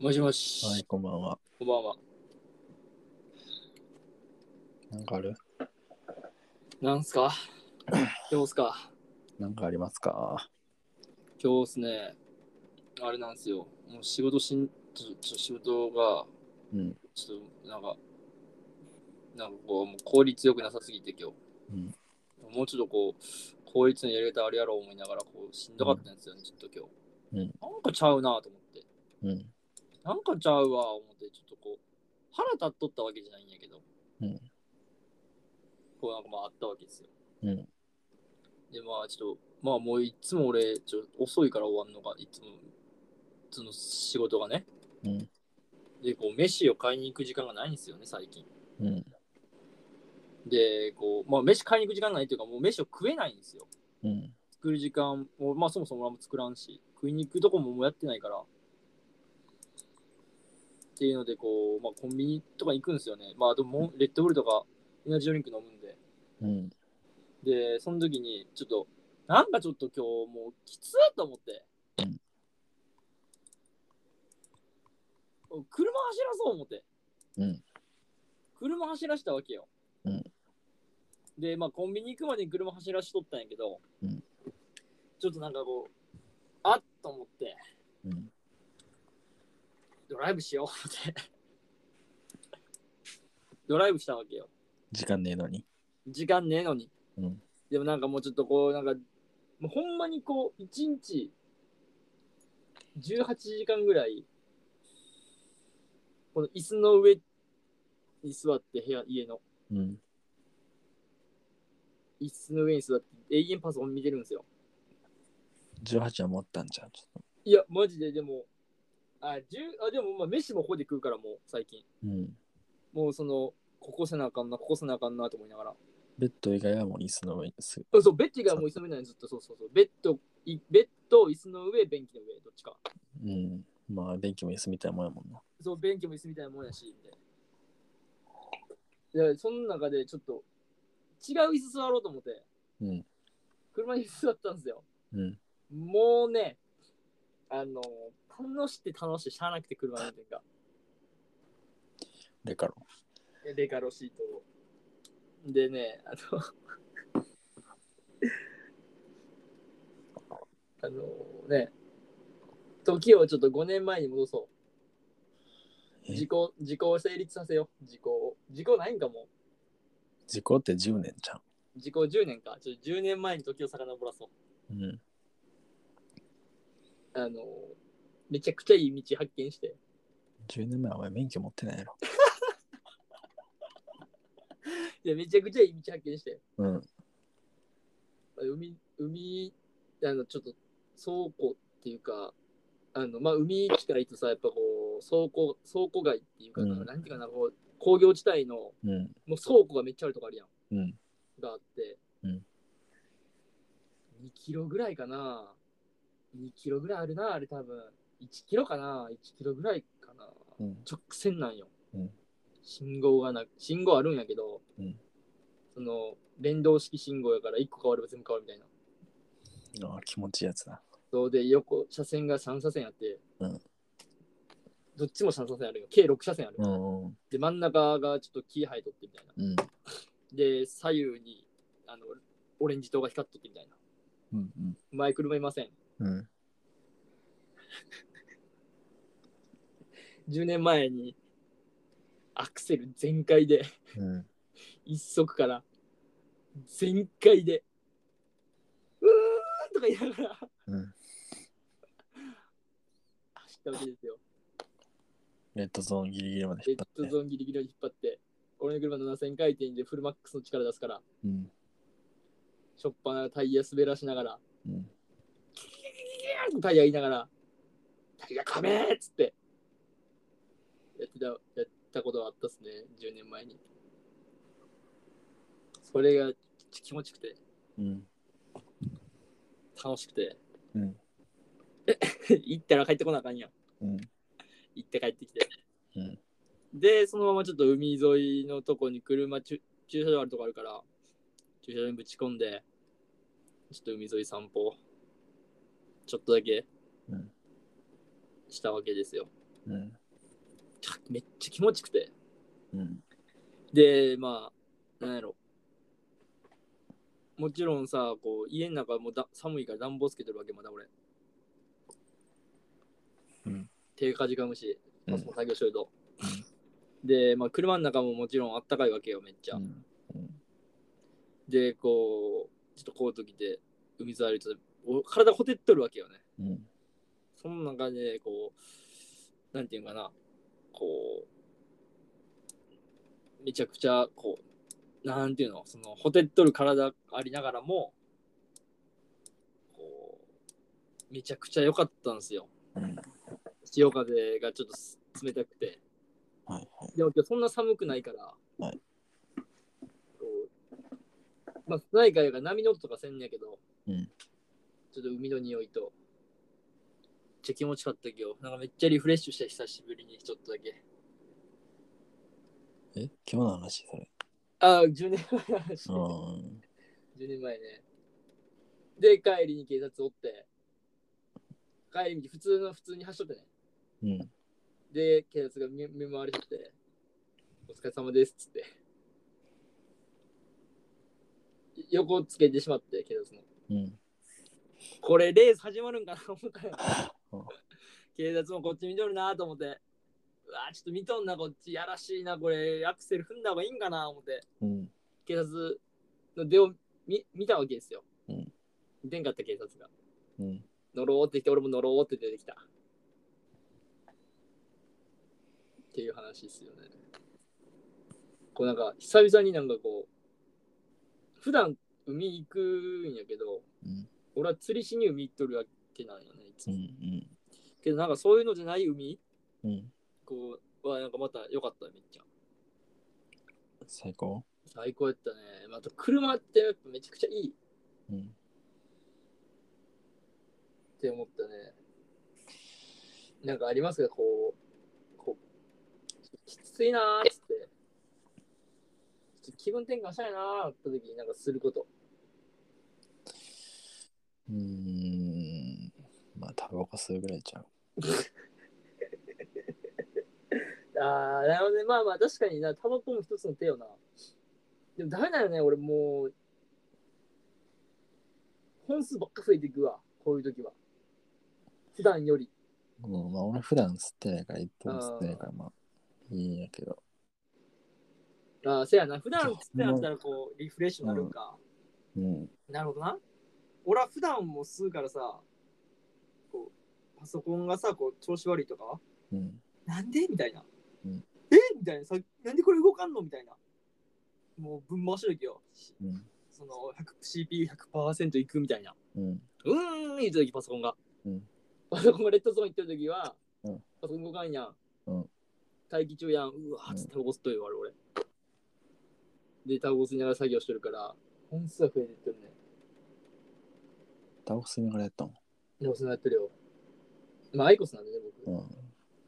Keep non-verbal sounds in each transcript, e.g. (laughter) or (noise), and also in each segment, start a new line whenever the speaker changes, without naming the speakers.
もしもし、
はい、こんばんは。
こんばんは。
なんかある
なんす (coughs) か今日っすか
なんかありますか
今日っすね。あれなんですよ。もう仕事しん、ちょちょ仕事が、
うん。
ちょっと、なんか、なんかこう、もう効率よくなさすぎて今
うん。
日。もうちょっとこう、効率のやり方あれやろう思いながら、こう、しんどかったんですよね、ちょっと今日。
うん
なんかちゃうなと思って。
うん。
なんかちゃうわ、思って、ちょっとこう、腹立っとったわけじゃないんやけど、
うん
こうなんかまああったわけですよ。
うん
で、まあちょっと、まあもういつも俺、ちょっと遅いから終わんのが、いつも、その仕事がね。
うん
で、こう、飯を買いに行く時間がないんですよね、最近。
うん。
で、こう、まあ飯買いに行く時間ないというか、もう飯を食えないんですよ。
うん。
作る時間も、まあそもそも俺も作らんし、食いに行くとこももうやってないから。っていうので、こう、まあコンビニとか行くんですよね。まあでももう、レッドブルとかエナジードリンク飲むんで。
うん。
で、その時に、ちょっと、なんかちょっと今日もうきつだと思って
うん。
車走らそう思って。
うん。
車走らしたわけよ。
うん
で、まあ、コンビニ行くまでに車走らしとったんやけど、
うん
ちょっとなんかこう、あっと思って、
うん。
ドライブしようって。ドライブしたわけよ。
時間ねえのに。
時間ねえのに。
うん
でもなんかもうちょっとこう、なんか、もうほんまにこう、1日18時間ぐらい、この椅子の上に座って、部屋、家の。
うん。
椅子の上に座って永遠パソコン見てるんですよ。
18は持ったんじゃん。ちょっ
いや、マジででも、あ、十あでも、まあ、飯もここで食うから、もう最近。
とうん。
もうその、ここせなあかんな、ここせなあかんなと思いながら。
ベッド以外はもう椅子の上にす
あそう、ベッド以外はもう椅子の上なんでずっと、そうそうそう。ベッド、いベッド、椅子の上、便器の上、どっちか。
うん。まあ、電気も椅子みたいなもんやもんな。
そう、便器も椅子みたいなもんやし、みたいな。で、その中でちょっと、違う椅子座ろうと思って、
うん。
車に座ったんですよ。
うん。
もうね、あの、楽しくて楽しくてしゃあなくて車運転が。
レカロ。
レカロシートを。でね、あの、あのね、時をちょっと5年前に戻そう。
え
時効、時効を成立させよう。時効を。時効ないんかも。
時効って10年じゃん。
時効10年か。ちょっと10年前に時を遡らそう。
うん。
あの、めちゃくちゃいい道発見して。
10年前はお前免許持ってないやろ。
いや、めちゃくちゃいい道発見して。
うん。
海、海、あの、ちょっと倉庫っていうか、あの、まあ、海近いとさ、やっぱこう、倉庫、倉庫街っていうかな、
うん
なんていうかな、こう、工業地帯の、
うん。
もう倉庫がめっちゃあるとこあるやん、
うん。
があって、
うん
2キロぐらいかな、2キロぐらいあるな、あれ多分、1キロかな、1キロぐらいかな、
うん。
直線なんよ。
うん
信号がな、信号あるんやけど、
うん
その、連動式信号やから、1個変われば全部変わるみたいな。
ああ、気持ちいいやつだ。
そうで横車線が3車線あって、
うん
どっちも3車線あるよ計6車線ある、
うん。うん。
で真ん中がちょっと木生えとってみたいな
うん。
で左右にあのオレンジ灯が光っとってみたいな
うん。
前車いません
うん。
10年前にアクセル全開で
うん。
一足から全開でうーんとか言いながら
うん。
走ったわけですよ
レッドゾーンギリギリまで
レ
引
ッ
っ張って。
ドゾーンギリギリに引っ張って俺の車7000回転でフルマックスの力出すから
うん。
しょっぱなタイヤ滑らしながら
うん。
タイヤ言いながら、タイヤかめーっつって、やってた、やったことはあったっすね、10年前に。それが気持ちくて、
うん。
楽しくて。
うん。
(laughs) 行ったら帰ってこなあかんやん。
うん。
行って帰ってきて。
うん
で、そのままちょっと海沿いのとこに車、駐駐車場あるとこあるから、駐車場にぶち込んで、ちょっと海沿い散歩、ちょっとだけ
うん
したわけですよ。
うん。
めっちゃ気持ちくて。
うん。
で、まあ、なんやろ。もちろんさ、こう、家の中もだ寒いから暖房つけてるわけ、まだ俺。
うん。
手かじかむし、
うん
パソコン作業しとると。で、まあ、車の中ももちろんあったかいわけよ、めっちゃ。
うん。うん
で、こう、ちょっとコート着て、海沿い歩いてたらお体ほてっとるわけよね。
うん。
その中で、こう、なんていうんかな、こう、めちゃくちゃ、こう、なんていうの、その、ほてっとる体ありながらも、こう、めちゃくちゃ良かったんですよ。
うん。
潮風がちょっとす冷たくて。
はいはい。
でも今日そんな寒くないから、
はい
こう、まあ、ないから波の音とかせんねやけど、
うん
ちょっと海の匂いと、めっちゃ気持ちよかったけど、なんかめっちゃリフレッシュした久しぶりにちょっとだけ。
え今日の話それ。
ああ、10年前の話
う
10
ん。
年前ね。で、帰りに警察おって、帰りに普通の普通に走っとってね。
うん。
で、警察が見見回りしてて、お疲れ様ですっつって。横をつけてしまって、警察の。
うん。
これ、レース始まるんかな思ったよ
うん。 (laughs)
警察もこっち見とるなと思って。うわちょっと見とんな、こっち。やらしいな、これ。アクセル踏んだ方がいいんかな思って。
うん。
警察の出を見見たわけですよ。
うん
出んかった警察が。
うん。
乗ろうって来て、俺も乗ろうって出てきた。っていう話ですよね。こうなんか、久々になんかこう、普段海行くんやけど、
うん
俺は釣りしに海行っとるわけなんよね、いつ
う
も。
ん。
けどなんかそういうのじゃない海
うん。
こうはなんかまた良かった、めっちゃ。
最高
最高やったね。また車ってやっぱめちゃくちゃいい
うん。
って思ったね。なんかありますかこう、こう、きついなーっつって、ちょっと気分転換したいなーって時になんかすること。
うーん。まあ、タバコ吸うぐらいちゃう。
あー、なるほどね。まあまあ確かにな、タバコも一つの手よな。でもダメだよね、俺もう、本数ばっか増えていくわ、こういう時は。普段より。
うん、まあ、俺普段吸ってないから、一本吸ってないから、まあ、いいんやけど。
あー、せやな、普段つってなったらこう、リフレッシュになるんか。
うん。
なるほどな。俺は普段も吸うからさ、こう、パソコンがさ、こう、調子悪いとか、
うん。
なんでみたいな。
うん
えみたいなさ、なんでこれ動かんのみたいな。もう、ぶん回してるわけよ。
うん。
その、CPU100% いくみたいな。
うん。
うーん言った時、パソコンが。
うん
パソコンがレッドゾーン行ってる時は、
うん
パソコン動かんやん。
うん
待機中やん。うわーっつってタバコ吸っとるよ、あれ、俺。で、タバコ吸いながら作業してるから、本数は増えてってるね。
タバコ吸いながらやったも
でもそのやってるよ。まあ、アイコスなんでね、僕。
ん。うん。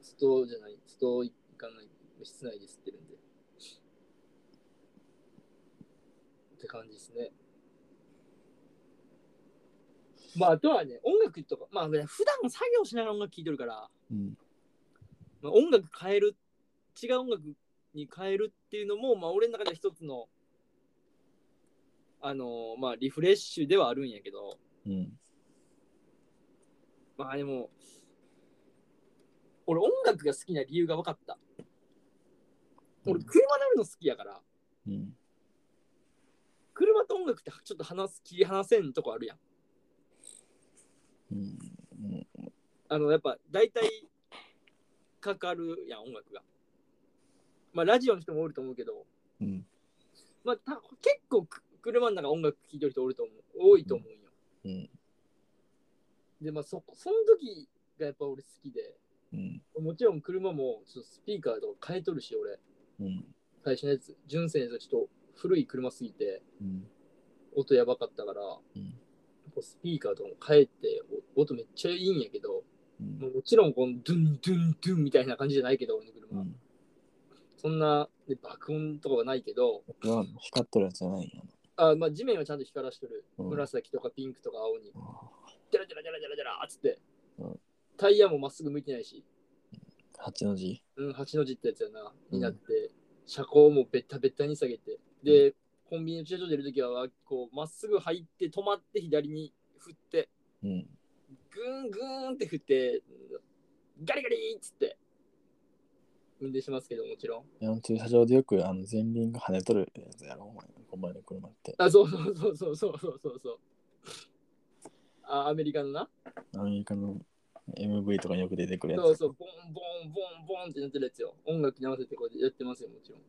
外じゃない、外行かない、室内で吸ってるんで。って感じですね。まあ、あとはね、音楽とか、まあ、ね、普段作業しながら音楽聴いてるから、
うん。
まあ、音楽変える、違う音楽に変えるっていうのも、まあ、俺の中では一つの、あのまあ、リフレッシュではあるんやけど、
うん。
まあでも、俺音楽が好きな理由が分かった。俺車乗るの好きやから、
うん。
車と音楽ってちょっと話す、切り離せんとこあるやん。
うん。
あの、やっぱ大体かかるやん、音楽が。まあラジオの人もおると思うけど、
うん。
まあた結構く車の中音楽聴いてる人おると思う、多いと思うんよ。
うん。
で、まあそこ、その時がやっぱ俺好きで、
うん。
もちろん車もちょっとスピーカーとか変えとるし、俺。
うん。
最初のやつ、純正のやつちょっと古い車すぎて、
うん。
音やばかったから、
ん
こうスピーカーとかも変えて、お音めっちゃいいんやけど、
うん。
もうもちろんこのドゥンドゥンドゥンみたいな感じじゃないけど、俺の
う
車。
ん。
そんな、ね、爆音とかはないけど、
光っとるやつじゃないよ。
あまあ、地面はちゃんと光らしてる。
うん
紫とかピンクとか青に、
あ
ジャラジャラジャラジャラジャラっつって
うん、
タイヤもまっすぐ向いてないし、
八の字。
うん、八の字ってやつやな、
うん
になって、車高もベタベタに下げて、で、コンビニの駐車場出るときは、こう、まっすぐ入って、止まって、左に振って、
うん。
ぐーんぐーんって振って、ガリガリーっつって、運転しますけど、もちろん。
あの駐車場でよくあの前輪が跳ねとるやつやろ、お前。お前の車って。
あ、そうそうそうそうそうそうそうそう。あ、アメリカのな。
アメリカの MV とかによく出てくるやつ。
そうそう、ボンボンボンボンってなってるやつよ。音楽に合わせてこうやってますよ、もちろん。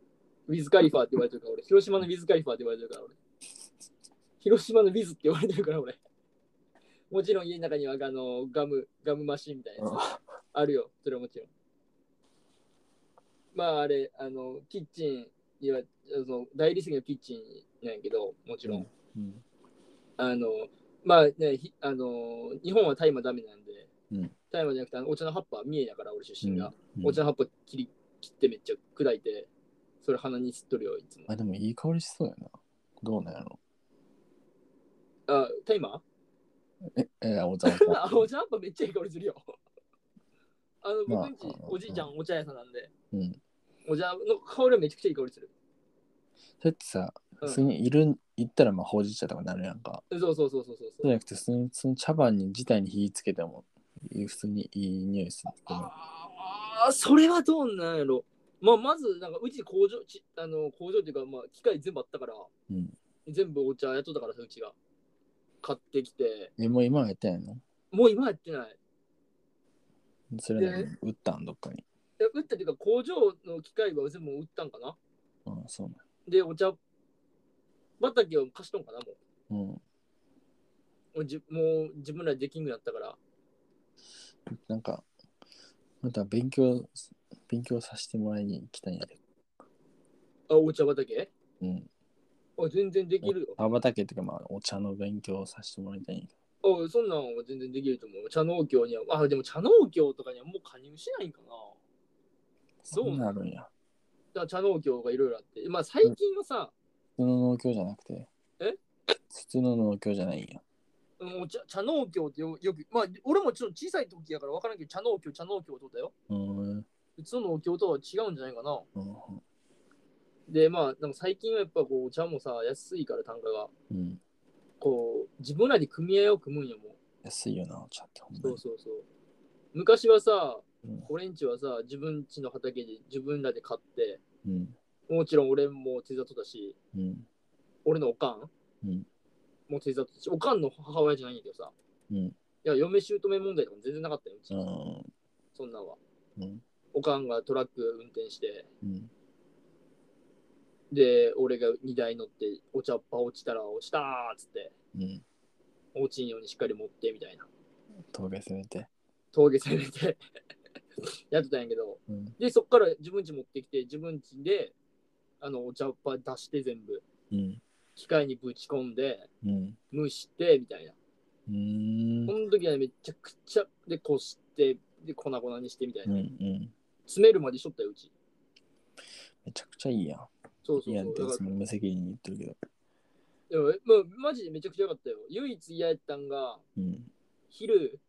ウィズカリファーって言われてるから俺。広島のウィズカリファーって言われてるから俺。広島のウィズって言われてるから俺。もちろん家の中にはあのガム、ガムマシンみたいなやつ
あ
あるよ、それはもちろん。まああれ、あの、キッチンには、その大理石のキッチンなんやけど、もちろん。
うん。
あの、まあね、ひあの日本は大麻ダメなんで、
うん
大麻じゃなくてあのお茶の葉っぱ、三重だから俺出身が、
うん
お茶の葉っぱ切り切ってめっちゃ砕いて、それ鼻に吸っとるよ、いつも。
あ、でもいい香りしそうやな。どうなんやろ。
あ、大麻 (laughs)
え、え、お茶お茶
あ、お茶の葉っぱめっちゃいい香りするよ。あの、
ま
僕
あ
んち、おじいちゃんお茶屋さんなんで、
うん。
お茶の香りはめちゃくちゃいい香りする。
それってさ、
う
普
ん
通にいる、行ったらまあほうじ茶とかなるやんか。
そうそうそうそうそう
そう
そ
じ
う。
ゃなくて、普通にその茶葉に自体に火つけても、いい普通にいい匂いするけど。
ああ、それはどうなんやろ。まあ、まず、なんかうち工場、ちあの工場っていうか、まあ、機械全部あったから、
うん。
全部お茶やっとったからさうちが買ってきて
え、もう今はやってないの
もう今やってない
それなのに売ったんどっかに。
え打ったっていうか工場の機械は全部売ったんかな
うん、そうな
でお茶畑を貸しとんかなも
の。
うも
うん。
うじもう自分らできんくなったから
なんか、また勉強、勉強させてもらいに行きたいんやけ
あお茶畑
ど。うん。
あ全然できるよ
茶畑っていうか、まあ、お茶の勉強をさせてもらいたいんやけ
あそんなんは全然できると思う茶農協にはあでも茶農協とかにはもう加入しないんかな
ど。
そうなの
なるん
だ
や。
から茶農協がいろいろあってまあ最近はさ、
普通の農協じゃなくて。
え
普通の農協じゃないんや。
うんお茶茶農協ってよよくまあ俺もちょっと小さい時やから分からんけど茶農協茶農協ってことだよ
うーん。
普通のお経とは違うんじゃないかな。
うん。
で、まあ、なんか最近はやっぱこう、お茶もさ、安いから単価が、
うん。
こう、自分らで組合を組むんやもん。
安いよな、お茶って。ほんま
そ
に
うそうそう。昔はさ
うん、
俺んちはさ、自分ちの畑で自分らで買って、
うん。
もちろん俺も手伝っとったし、
うん。
俺のおかん、
うん
も手伝っとったし、おかんの母親じゃないんだけどさ、
うん
いや、嫁姑問題とかも全然なかったよ、うち、
うん。
そんなんは。
うん。
おかんがトラック運転して、
うん。
で、俺が荷台乗って、お茶っ葉落ちたら落ちたーっつって、
うん。
落ちんようにしっかり持ってみたいな
峠攻めて。
峠攻めて (laughs) やってたんやけど
うん。
でそっから自分家持ってきて自分家であのお茶っ葉出して全部
うん。
機械にぶち込んで
うん。
蒸してみたいな
うーん
こ。の時はめちゃくちゃでこしてで粉々にしてみたい
うん。
な、
うん。
詰めるまでしょったようち
めちゃくちゃいいやん。
そうそ
いうやん
そ
っ
う
てい
だ
つ
か
も無責任に言ってるけど。
らでもまあマジでめちゃくちゃ良かったよ唯一嫌やったんが
うん。
昼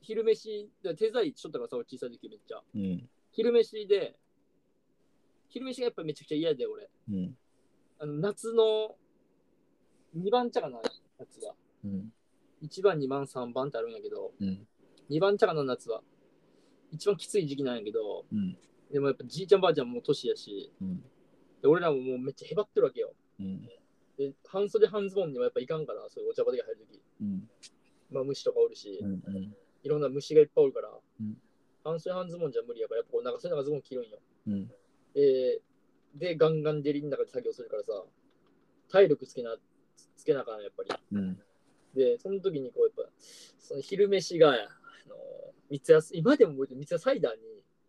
昼飯だから手伝いしょったからさ俺小さい時めっちゃ
うん。
昼飯で昼飯がやっぱめちゃくちゃ嫌で俺
うん。
あの夏の2番茶かな夏は
うん。
1番2番3番ってあるんやけど
うん。
2番茶かな夏は一番きつい時期なんやけど
うん。
でもやっぱじいちゃんばあちゃんも年やし
うん。
で俺らももうめっちゃへばってるわけよ
うん。
で半袖半ズボンにはやっぱいかんからそういうお茶畑入る時
うん。
まあ虫とかおるし、
うん。うん。
いろんな虫がいっぱいおるから、
うん
半袖半ズボンじゃ無理やからやっぱこう長袖長ズボン着るんよ
うん。
えーで、ガンガンデリの中で作業するからさ、体力つけな、つつけなあかんやっぱり。
うん。
で、その時にこう、やっぱ、その昼飯が、あの三ツ矢、今でも覚えてる三ツ矢サイダ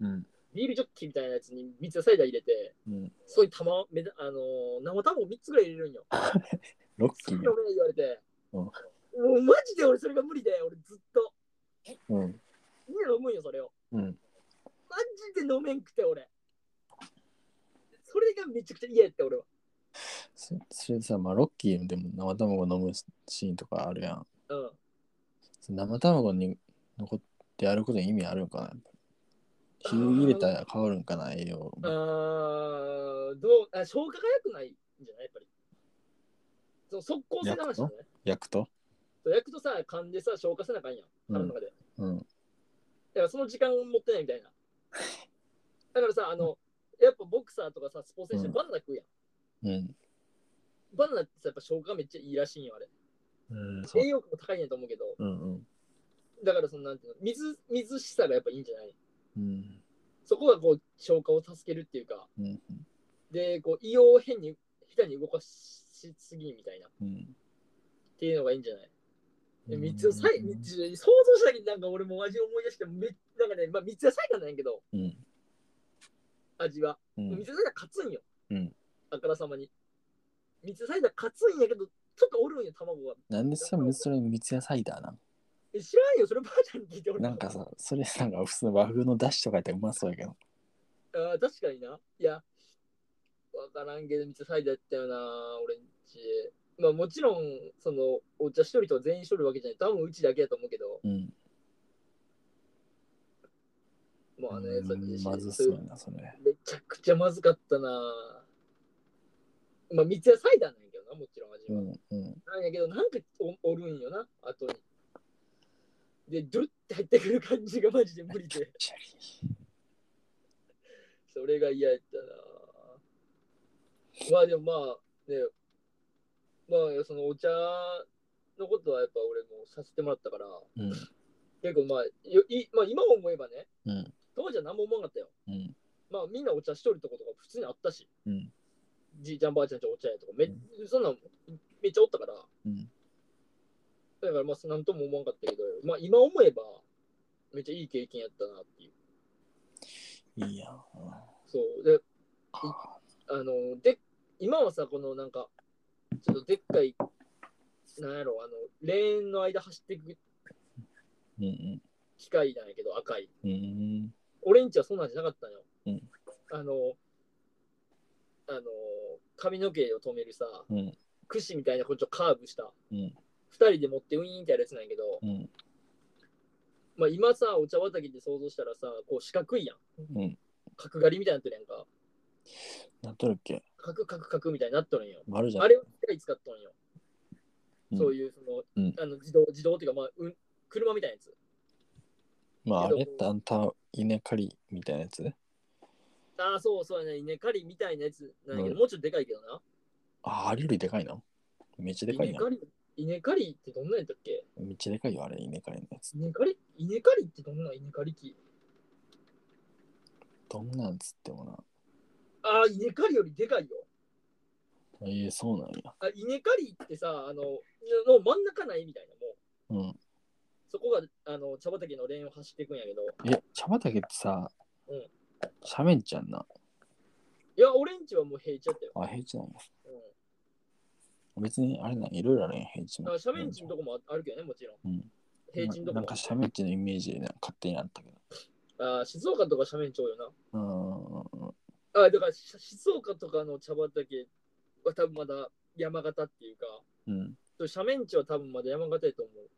ーに、
うん。
ビールジョッキみたいなやつに三ツ矢サイダー入れて、
うん。
そういう玉、めだあのー生卵3つぐらい入れるんよ。
ロッ
そ
キー
れ
や
を。俺に言われて、
うん
もうマジで俺それが無理で、俺ずっと。
うん。
みんな飲むんよ、それを。
うん。
マジで飲めんくて、俺。それがめちゃくちゃ嫌やって、俺は。
そそれでさ、まあ、ロッキーでも生卵飲むシーンとかあるやん。
うん。
生卵に残ってやることに意味あるんかなやっぱ火入れたら変わるんかな、栄養。
あーどうあ消化が良くないんじゃないやっぱり。その速攻性の話じゃない
焼くと
そう焼くとさ、噛んでさ、消化せなあかんやん、腹の中で。だ
うん。
からその時間を持ってないみた
(laughs)
いな。だからさ、あの、やっぱボクサーとかさ、スポーツ選手、
うん
バナナ食うやん。
うん。
バナナってさ、やっぱ消化めっちゃいいらしいんよ、あれ。
うん。そう
栄。養価も高いんやと思うけど、
うんうん。
だからそのなんていうの、水、水しさがやっぱいいんじゃない
うん。
そこがこう、消化を助けるっていうか、
うん。
で、こう、胃を変に、下手に動かしすぎみたいな、っ
うん。
ていうのがいいんじゃないえ
うん
三つさい、三つ想像したけど、なんか俺も味思い出して、めなんかね、まあ、三つさいかなんやけど、
うん。
味は。
う
三
ん
つ。さいが勝つんよ。
うん
あからさまに。三つさいが勝つんやけど、ちょっとおるんよ、卵が。
なんでさ、それ三ツ矢サイダーなん
え知らんよ、そればあちゃんに聞いておる
なんかさ、それなんか普通の和風の出汁とかやってうまそうやけど。
あー確かにな。いや、わからんけど、三つさいだったよな、俺んち。まあもちろん、その、お茶一人とは全員一人わけじゃない。多分うちだけやと思うけど、
うん。
まああのやつだって
うん
し
まずそうやな、それ。
めちゃくちゃまずかったなぁまあ、三ツ矢サイダーなんやけどな、もちろん味
う
は。
ん。うん。
なんやけど、なんかおおるんよな、後に。で、ドゥッて入ってくる感じがマジで無理で、
シャリ
それが嫌やったなぁまあでもまあ、ね、まあ、そのお茶のことはやっぱ俺もさせてもらったから、
うん。
結構まあ、よいまあ、今思えばね、
うん。
当時は何も思わなかったよ。
うん。
まあみんなお茶しとるとことか普通にあったし、
うん
じいちゃんばあちゃんちお茶やとかめ、
う
そんなんめっちゃおったから、
うん
だからまあなんとも思わんかったけど、まあ今思えばめっちゃいい経験やったなっていう。
いいやん。
そうで、あの、で、今はさ、このなんか、ちょっとでっかい、なんやろ、あの、レーンの間走っていく
うん。
機械なんやけど、赤い。
うん。うん。
俺んちはそんなんじゃなかったのよ。
うん
あの、あの、髪の毛を止めるさ、
うん。
櫛みたいなこっちをカーブした、
うん
2人で持ってウィーンってやるやつなんやけど、
うん。
まあ、今さお茶畑で想像したらさこう四角いやん、
うん
角刈りみたいになってるやんか
なんとるっけ
角角角みたいになっとるんよ
丸じゃん
あ。れを機械使っとんよ、
うん
そういうその,、
うん
あの自動自動っていうか、まあうん、車みたいなやつ
まあ、あれってあんた、稲刈りみたいなやつ
ああそうそうやね稲刈りみたいなやつなんやけど、
うん
もうちょっとでかいけどな
あ、あれよりでかいな。めっちゃでかい
稲
な。
刈り稲刈りってどんなんやったっけ
めっちゃでかいよ、あれ、稲刈りのやつ。
稲刈り稲刈りってどんなん稲刈り機
どんなんつってもな。
ああ稲刈りよりでかいよ
ええそうなんや。
あ稲刈りってさあのの真ん中ないみたいなもう
うん。
そこがあの茶畑のレーンを走っていくんやけど
え、茶畑ってさ、
うん
斜面じゃんな。
いや俺んちはもう平地やったよ、
あ、平地なんや。
う
別に、あれなん、いろいろあるやん、平地
ん、だか
も。
ら斜面地のとこもああるけどねもちろん、
うん
平地のとこ
な
も
んか斜面地のイメージでなんか勝手になったけど。
あー静岡とか斜面町よ
うーん。
なあーだからし静岡とかの茶畑は多分まだ山形っていうか
うん。
斜面地は多分まだ山形やと思う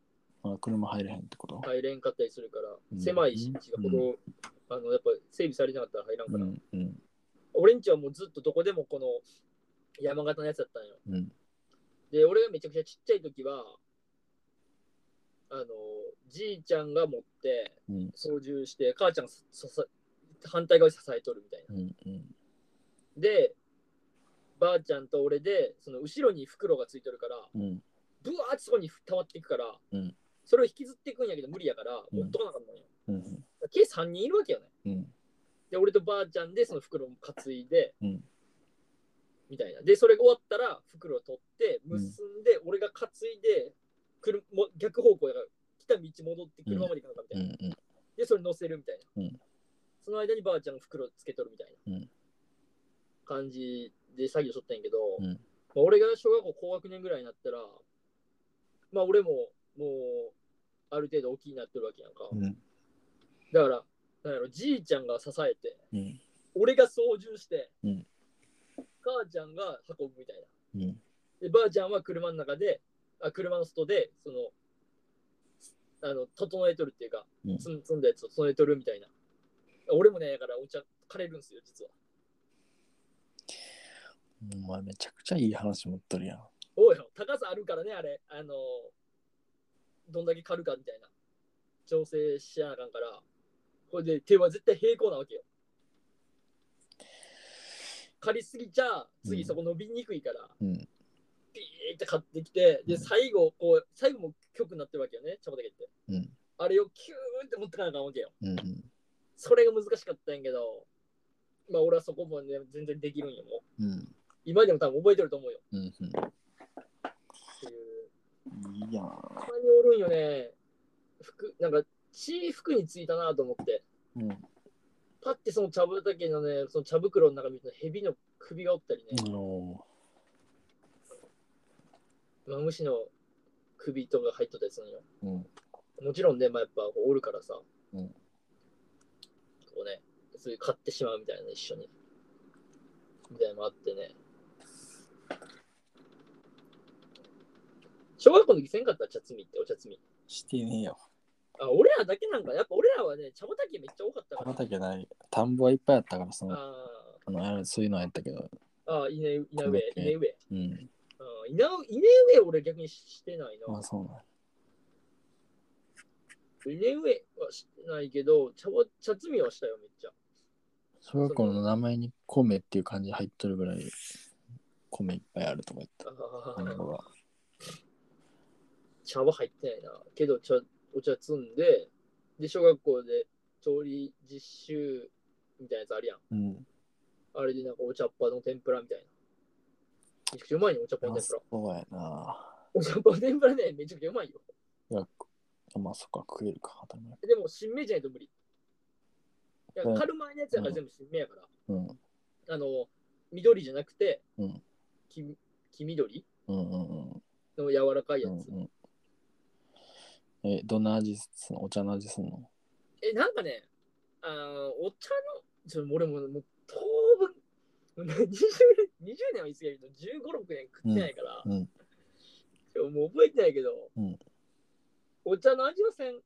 まあ、車入れへんってこと
入れんかったりするから、
うん
狭いし地がほど、あのやっぱ整備されなかったら入らんか
う
ら、
ん。うん。
俺んちはもうずっとどこでもこの山形のやつだったんよ
うん。
で、俺がめちゃくちゃちっちゃい時は、あの、じいちゃんが持って
うん。
操縦して、母ちゃんがさ支え反対側に支えとるみたいな。
うん。うん。
で、ばあちゃんと俺で、その後ろに袋がついてるから、
うん。
ぶわーってそこに溜まっていくから、
うん
それを引きずっていくんやけど無理やから、
うん
持っとかなかったのよ。
うん。
計3人いるわけよね。
うん。
で、俺とばあちゃんでその袋を担いで、
うん
みたいな。で、それが終わったら、袋を取って、
うん
結んで、俺が担いで、くるも逆方向やから、来た道戻って車まで行かなかみた
う
いな。
ん。うん。
で、それ乗せるみたいな。
うん
その間にばあちゃんが袋つけとるみたいな、
うん
感じで作業しとったんやけど、
うん
まあ、俺が小学校高学年ぐらいになったら、まあ、俺ももう、ある程度大きいなってるわけやんか。
うん。
だから、なんやろ、じいちゃんが支えて、
うん。
俺が操縦して、
うん
母ちゃんが運ぶみたいな。
うん。
で、ばあちゃんは車の中で、あ車の外で、その、あの、整えとるっていうか
うん、
積ん積んだやつを整えとるみたいな俺もね、だからお茶枯れるんですよ、実は。
お前めちゃくちゃいい話持っとるやん。
そうよ、高さあるからね、あれ。あの、どんだけ刈るかみたいな。調整しやなあかんから。これで手は絶対平行なわけよ。刈りすぎちゃ、次そこ伸びにくいから、
うん。
ピーって刈ってきて、
う
で、
ん
最後、こう、最後も曲になってるわけよね、茶畑って。
うん。
あれをキューンって持ってかなあかんわけよ。
うん。うん
それが難しかったんやけど、まあ俺はそこもね、全然できるんよ、もう。
うん。
今でも多分覚えてると思うよ。
うん。
っていう。
うん。いいやん。
たまにおるんよね。服、なんか、血服についたなと思って。
うん。
パッてその茶畑のね、その茶袋の中見ると蛇の首がおったりね、
おー
マムシの首とか入っとったりするのよ。
うん。
もちろんね、まあ、やっぱこうおるからさ、
うん
こうね、そういう買ってしまうみたいな、一緒に。みたいなのもあってね。小学校の時せんかった茶摘みって、お茶摘み。
してねえよ。
あ、俺らだけなんか、やっぱ俺らはね、茶畑めっちゃ多かったから。
畑ない。田んぼはいっぱいあったから、その、
あ
あのあれそういうのはやったけど。
ーあー、稲上、稲上、稲上。
うんうん。
うん稲上稲上俺逆にしてないな。
あ、そうなん。
稲上はしてないけど、茶わ茶摘みはしたよ、めっちゃ。
小学校の名前に米っていう漢字入っとるぐらい米いっぱいあるとか言った。
あ
田ん
ー
ぼが。
茶は入ってないな。けど茶、お茶摘んで、で、小学校で調理実習みたいなやつあるやん。
うん。
あれでなんかお茶っ葉の天ぷらみたいな。めちゃくちゃうまいよ、お茶っ葉の
あ
天ぷら
そ。うやな。
お茶っ葉の天ぷらね、めちゃくちゃうまいよ。
いや、まあそっか、食えるか、当たり前。
でも、新芽じゃないと無理。いや、
うん
カルマのやつやから全部新芽やから。
うん。
あの、緑じゃなくて、
うん
き黄緑
うんうんうん。
の柔らかいや
うん
つ。
うん、え、どんな味すんのお茶の味すんの
え、なんかね、あーお茶の、ちょ俺もうもう当分、20, (laughs) 年20年は言い過ぎるけど、15、6年食ってないから、
うん。
ちょもう覚えてないけど、
うん
お茶の味はせん。
う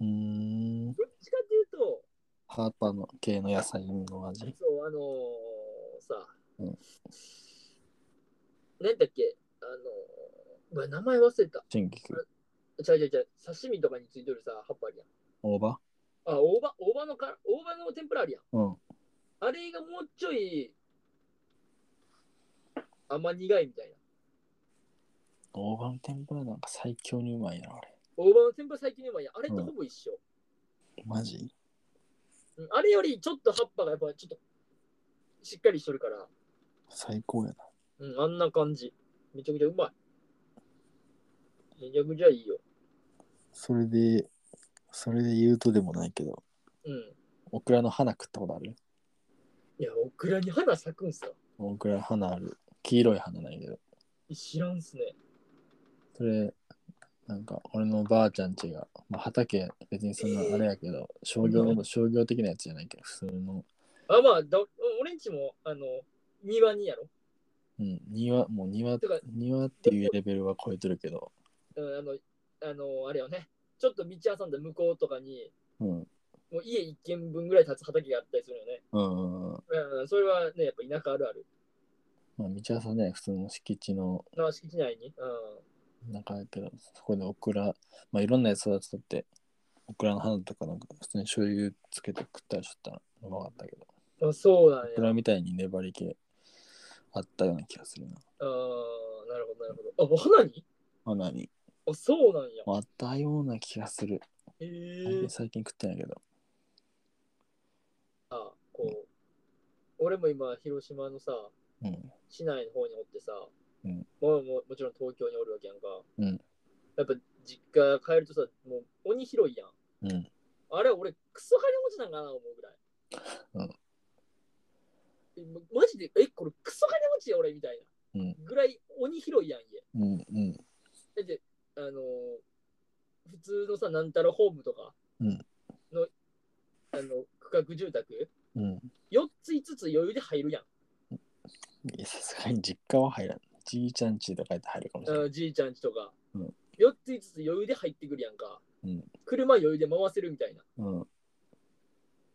ーん。
どっちかっていうと、
葉っぱの系の野菜の味。
そう、あのーさ、
うん
なんだっけ、あのーうわ名前忘れた。
春菊。
ちゃうちゃうちゃう、刺身とかについてるさ、葉っぱあるやん。
大葉
あ、大葉、大葉のか、大葉の天ぷらあるやん。
うん。
あれがもうちょい甘苦いみたいな。
大葉の天ぷらなんか最強にうまいやろ、あれ。
大葉の天ぷら最近でもいいやんあれとほぼ一緒、
マジ
うんあれよりちょっと葉っぱがやっぱちょっとしっかりしとるから、
最高やな。
うん、あんな感じ。めちゃくちゃうまい。めちゃくちゃいいよ。
それで、それで言うとでもないけど、
うん。
オクラの花食ったことある
いや、オクラに花咲くんさ。
オクラ花ある。黄色い花ないけど。
知らんっすね。
それ、なんか俺のばあちゃんちが、まあ、畑別にそんなあれやけど、商業の商業的なやつじゃないけど、普通の、
あ、まあ、だ俺んちも、あの、庭にやろ。
うん、庭、もう庭
てか、
庭っていうレベルは超えてるけど、
うん、あの、あの、あれよね。ちょっと道挟んだ向こうとかに、
うん、うん
もう家一軒分ぐらい立つ畑があったりするよね。
うんうん、
うん、それはね、やっぱ田舎あるある。
まあ、道はさね、普通の敷地の
な敷地内に。う
中やけど、そこでオクラ、まあいろんなやつ育てとって、オクラの花とかなんか普通に醤油つけて食ったりしとったらうまかったけど、
ん。あそうだ
オ
ね。
クラみたいに粘り気あったような気がするな。
ああー、なるほど、なるほど。あ、お花に
花に。
あ、そうなんや。
あったような気がする。
へえ。
最近食ってないけど。
あ、こう。俺も今、広島のさ、
うん。
市内の方におってさ、
うん
もうももちろん東京におるわけやんか。
うん
やっぱ、実家帰るとさ、もう鬼広いやん。
うん。
あれ、俺、クソ金持ちなんかな思うぐらい。
うん
え。まマジで、え、これクソ金持ちや俺みたいな。
うん
ぐらい鬼広いやん、家。
うん。うん。
だって、あのー普通のさ、なんたらホームとか
う
の、
ん
あの区画住宅、
うん。
4つ5つ余裕で入るやん。
いや、さすがに実家は入らん。じいちゃんちとか言って入るかもし
あ
れない。
のじいちゃんちとか。
うん
4つ5つ余裕で入ってくるやんか。
うん
車余裕で回せるみたいな。
うん。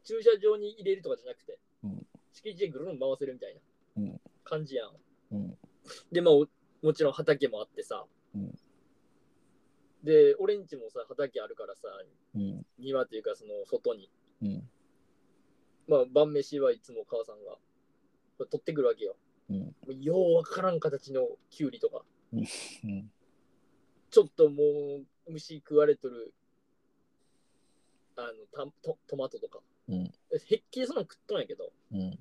駐車場に入れるとかじゃなくて、
うん
敷地でぐるん回せるみたいな
うん
感じやん。
うん
で、まあお、もちろん畑もあってさ、
うん
で、俺んちもさ、畑あるからさ、
うん
庭というか、その外に、
うん
まあ、晩飯はいつも母さんがこれ取ってくるわけよ。
うん
もうようわからん形のきゅうりとか、
うん
ちょっともう虫食われとるあのたトトマトとか、
うん
へっきりそんなん食っとんやけど、
うん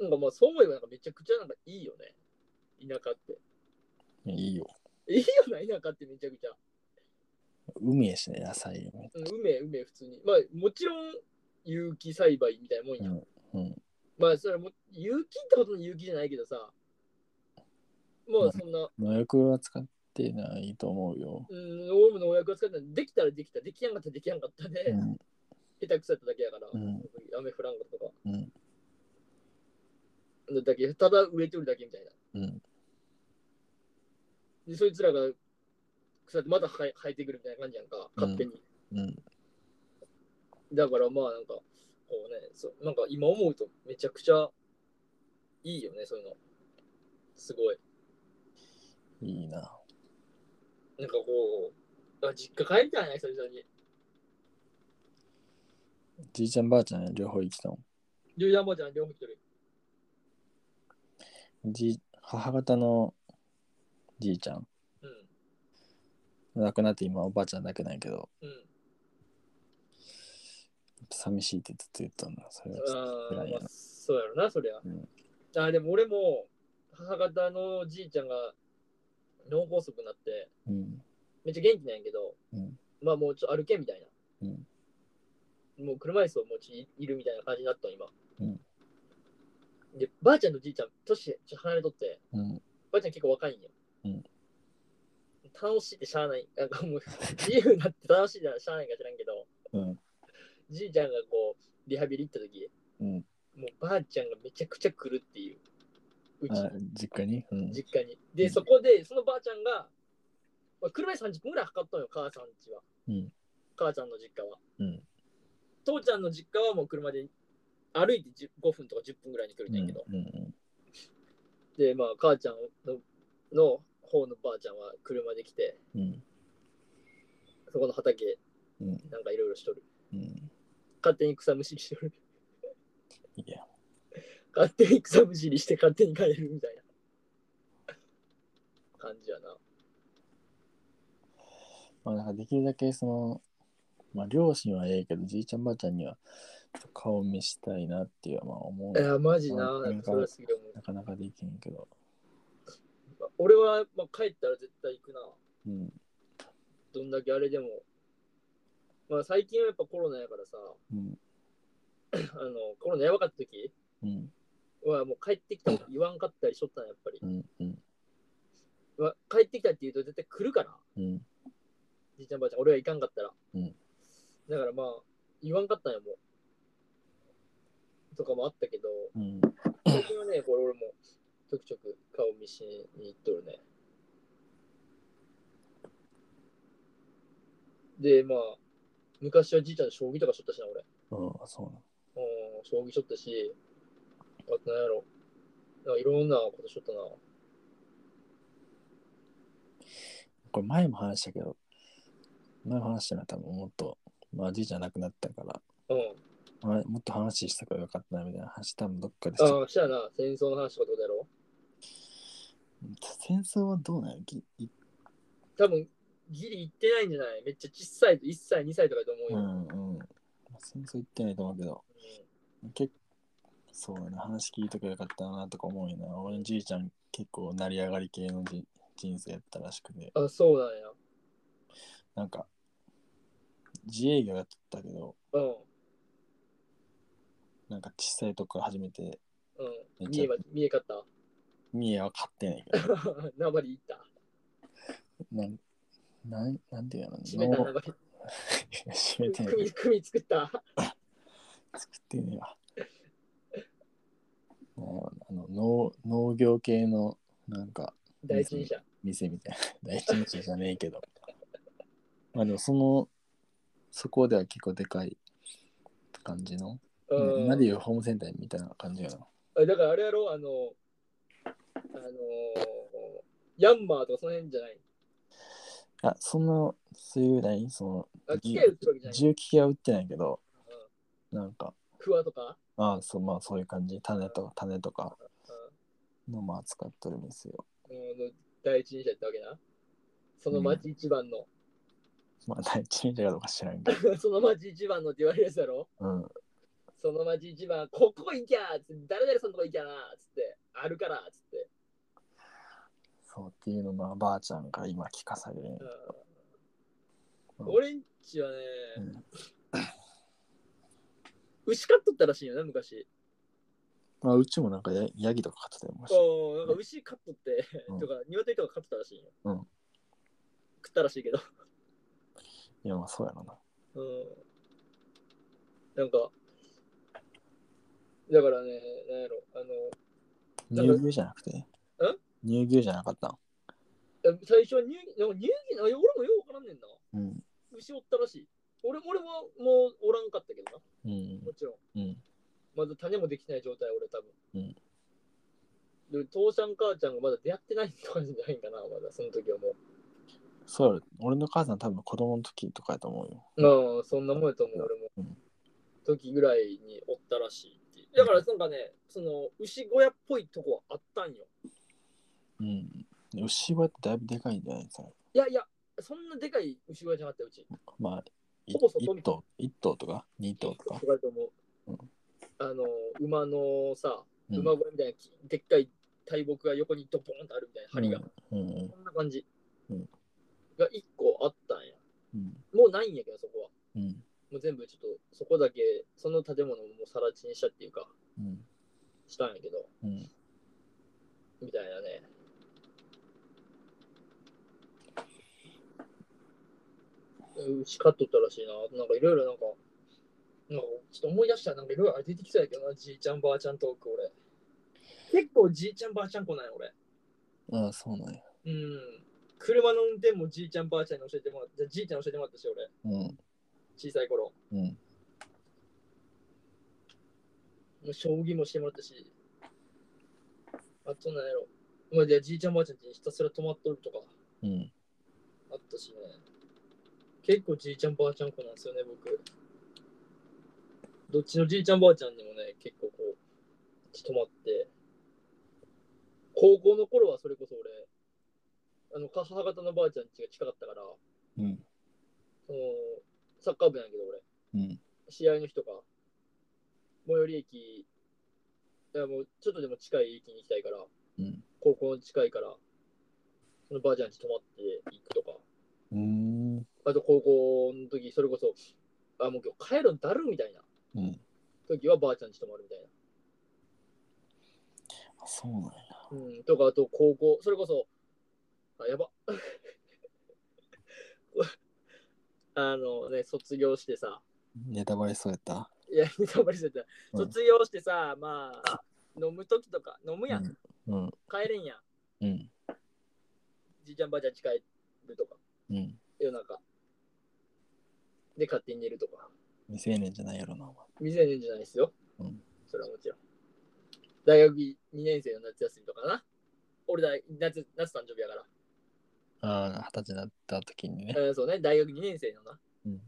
なんかまあそう思えばなんかめちゃくちゃなんかいいよね。田舎って。
いいよ
いいよな、田舎ってめちゃくちゃ。
海やしね野菜めっ
うんうめえ、うめえ、普通に。まあもちろん有機栽培みたいなもんや。
うんうん
まあそれはもう有機ってことの有機じゃないけどさ、まあそんな、
農薬は使ってないと思うよ、
うん、オウムのお役を使ったらできたらできた、できやんかったらできやんかったで、
うん
下手くそやっただけやから、
うん
雨降らんかとか、
うん
だけただ植えてるだけみたいな。
うん
で、そいつらが腐ってまた生え生えてくるみたいな感じやんか、勝手に。
うん
だからまあなんか、こうね、そうなんか今思うとめちゃくちゃいいよね、そういうの。すごい。
いいな
なんかこう、あ実家帰りたいな、久々に。
じいちゃんばあちゃん両方生きたも
龍山ちゃん、両方来てる。
んじい母方のじいちゃん
うん。
亡くなって今おばあちゃんだけなんやけど
うん。
寂しいってずっと言ったんだそれはちょっ
あ
と
あ
辛いよ
まあ、そうやろな、そりゃ。
うん
あーでも俺も母方のじいちゃんが脳梗塞になって、
うん
めっちゃ元気なんやけど、
うん
まあもうちょっと歩けみたいな。
うん
もう車椅子を持ちいるみたいな感じになったの今。
うん
で、ばあちゃんとじいちゃん、年ちょっと離れとって、
うん
ばあちゃん結構若いんよ。
うん
楽しいってしゃあない。なんかもう自由になって楽しいならしゃあないか知らんけど、
うん
じいちゃんがこう、リハビリ行った時、
うん
もうばあちゃんがめちゃくちゃ来るっていう。うちに
あ実家にうん
実家に。
う
で、
ん
そこで、そのばあちゃんが、まあ、車で30分ぐらいかかったのよ、母さんちは。
うん
母ちゃんの実家は。
うん
父ちゃんの実家はもう車で歩いて5分とか10分ぐらいに来る
う
だ
ん
けど。
んうん
で、まあ、母ちゃんのの方のばあちゃんは車で来て、
うん
そこの畑、
うん
なんかいろいろしとる。
うん
勝手に草むしりしとる。
いや
勝手に草むしりして勝手に帰るみたいな感じやな。
まあなんかできるだけそのまあ両親はええけどじいちゃんばあちゃんにはちょっと顔見したいなっていうのはまあ思
いうや、マジな。
う
な
ん
んかそれはすげえ思う
なかなかできへんけど
俺は、まあ、帰ったら絶対行くな。
うん
どんだけあれでも。まあ最近はやっぱコロナやからさ、
うん
あのコロナやばかった時
うん
はもう帰ってきたこと言わんかったりしとったんやっぱり
う。んうん
まあ帰ってきたって言うと絶対来るから、
うん
じいちゃんばあちゃん、俺は行かんかったら。
うん
だからまあ、言わんかったんやもう。とかもあったけど、
うん
最近はね、これ俺もちょくちょく顔見しに行っとるね。で、まあ、昔はじいちゃんと将棋とかしとったしな、俺。
うんそうな
うん、将棋しとったし、あと何やろ。なんかいろんなことしとったな。
これ前も話したけど前も話したのは多分もっとまあじいちゃん亡くなったから
うん。
まあもっと話したからよかったなみたいな話多分どっかでした
ああ、したらな、戦争の話とかってことやろ。
戦争はどうなのぎい
多分、ギリ行ってないんじゃないめっちゃ小さいと、1歳、2歳とかだと思う
う
よ。
んうん戦争行ってないと思うけど結構そうやな話聞いとけばよかったなとか思うよな俺のじいちゃん結構成り上がり系のじ人生やったらしくて
うんあ、そうなんや。
なんか自営業やってたけど
うん。
なんか小さいとこから始めて
うん。見えば、見えかった。 (laughs)
三重は買ってないけど
ナバリ行った。
なんなんなんていうのか
閉
な
めた
ノ
ナ
(laughs) ー
バリ。
閉めてないけど
組、組作った。
作ってねえわ
(laughs)
なんやろなあの農農業系のなんか
第一人者。
店みたいな (laughs) 第一人者じゃねえけどまあでもそのそこでは結構でかい感じの、
うん
今でいうホームセンターみたいな感じやな。
あだからあれやろ、あの、あのーヤンマーとかその辺じゃない。
あ、そんな、そういう何その、
あ、機
じ
械打ってるわけじゃない。
銃器は売ってないけど、なんか、
クワとか。
ああ、そう、まあそういう感じ。種とか、種とかのも扱っとるんですよ。
うん、の第一人者ってわけな。その町一番の、
まあ、第一人者かどうか知らんけ
(laughs)
ど。
その町一番のって言われるやつやろ。
うん。
その町一番、ここ行きゃーっつって、誰々そのとこ行きゃなーっつって、あるからーっつって。
そうっていうのまあばあちゃんから今聞かされるんやけ
う
うんん
俺んちはね、
うん
(laughs) 牛飼っとったらしいよね、昔。
ど。まあ、うちもなんかやヤギとか飼ってたよ、もし。
おーなんか牛飼っとって、
うん
とか、鶏とか飼っとったらしいよ。
うん
食ったらしいけど。
いや、まあそうやろな。
うん。なんか、だからね、なんやろ、あだから
乳牛じゃなくて乳牛じゃなかったん
の、最初は乳なんか乳牛な、俺もようわからんねんな。
うん。
牛おったらしい。俺俺はもうおらんかったけどな、
うん。
もちろん。
うん。
まだ種もできてない状態、俺多分。うん。で、父ちゃん母ちゃんがまだ出会ってないとかじゃないんかな、まだその時はも
そうやろ。俺の母さん多分子供の時とかやと思うよ。
う。うん、そんなもんやと思う、俺も。
うん
時ぐらいにおったらしいっていうだからなんかね、その牛小屋っぽいとこはあったんよ。
うん。牛はだいぶでかいんじゃないですか。
いやいや、そんなでかい牛小屋じゃなかったようち。
まあ、い
ほぼ外
一頭、一頭とか、二頭とか
と。かだと思う
うん
あの、馬のさ、
うん
馬小屋みたいな、でっかい大木が横にドボーンとあるみたいな針が。
うんうん
こんな感じ、
うん
が1個あったんや。
うん
もうないんやけど、そこは。
うん
もう全部ちょっと、そこだけ、その建物をもうさら地にしたっていうか、
うん
したんやけど、
うん。
みたいなね。牛飼っとったらしいな。なんかいろいろなんか、なんかちょっと思い出したらなんかいろいろ出てきたんやけどな、じいちゃんばあちゃんトーク、俺。結構じいちゃんばあちゃん子なんや、俺。
ああ、そうなんや。
うん。車の運転もじいちゃんばあちゃんに教えてもらって、じいちゃんに教えてもらったし、俺。
うん
小さい頃。
うん
将棋もしてもらったし、あとなんやろ、まあ、じゃあじいちゃんばあちゃんってひたすら泊まっとるとか
うん。
あったしね、結構じいちゃんばあちゃん子なんですよね、僕。どっちのじいちゃんばあちゃんにもね、結構こう、泊まって、高校の頃はそれこそ俺、あの、母方のばあちゃん家が近かったから、
うん
そのサッカー部なんやけど俺、
うん
試合の日とか、最寄り駅、いやもうちょっとでも近い駅に行きたいから、
うん
高校の近いから、そのばあちゃんち泊まって行くとか、
うん
あと高校の時、それこそ、あ、もう今日帰るのだるみたいな
うん。
時はばあちゃんち泊まるみたい
あそうなんや。
な。うん、とか、あと高校、それこそ、あ、やば。 (laughs) あのね、卒業してさ、
ネタバレそうやった
いや、頑張りせた。
うん
卒業してさ、まあ、飲む時とか、飲むやん、
うん
帰れんやん。
うん
じいちゃんばあちゃん近いるとか、
うん。
夜中。で、勝手に寝るとか。
未成年じゃないやろな、お前
未成年じゃないですよ。
うん
それはもちろん。大学2年生の夏休みとかな。俺だ、夏、夏誕生日やから。
ああ、二十歳になった時にね。
えーそうね、大学2年生のな、
うん
の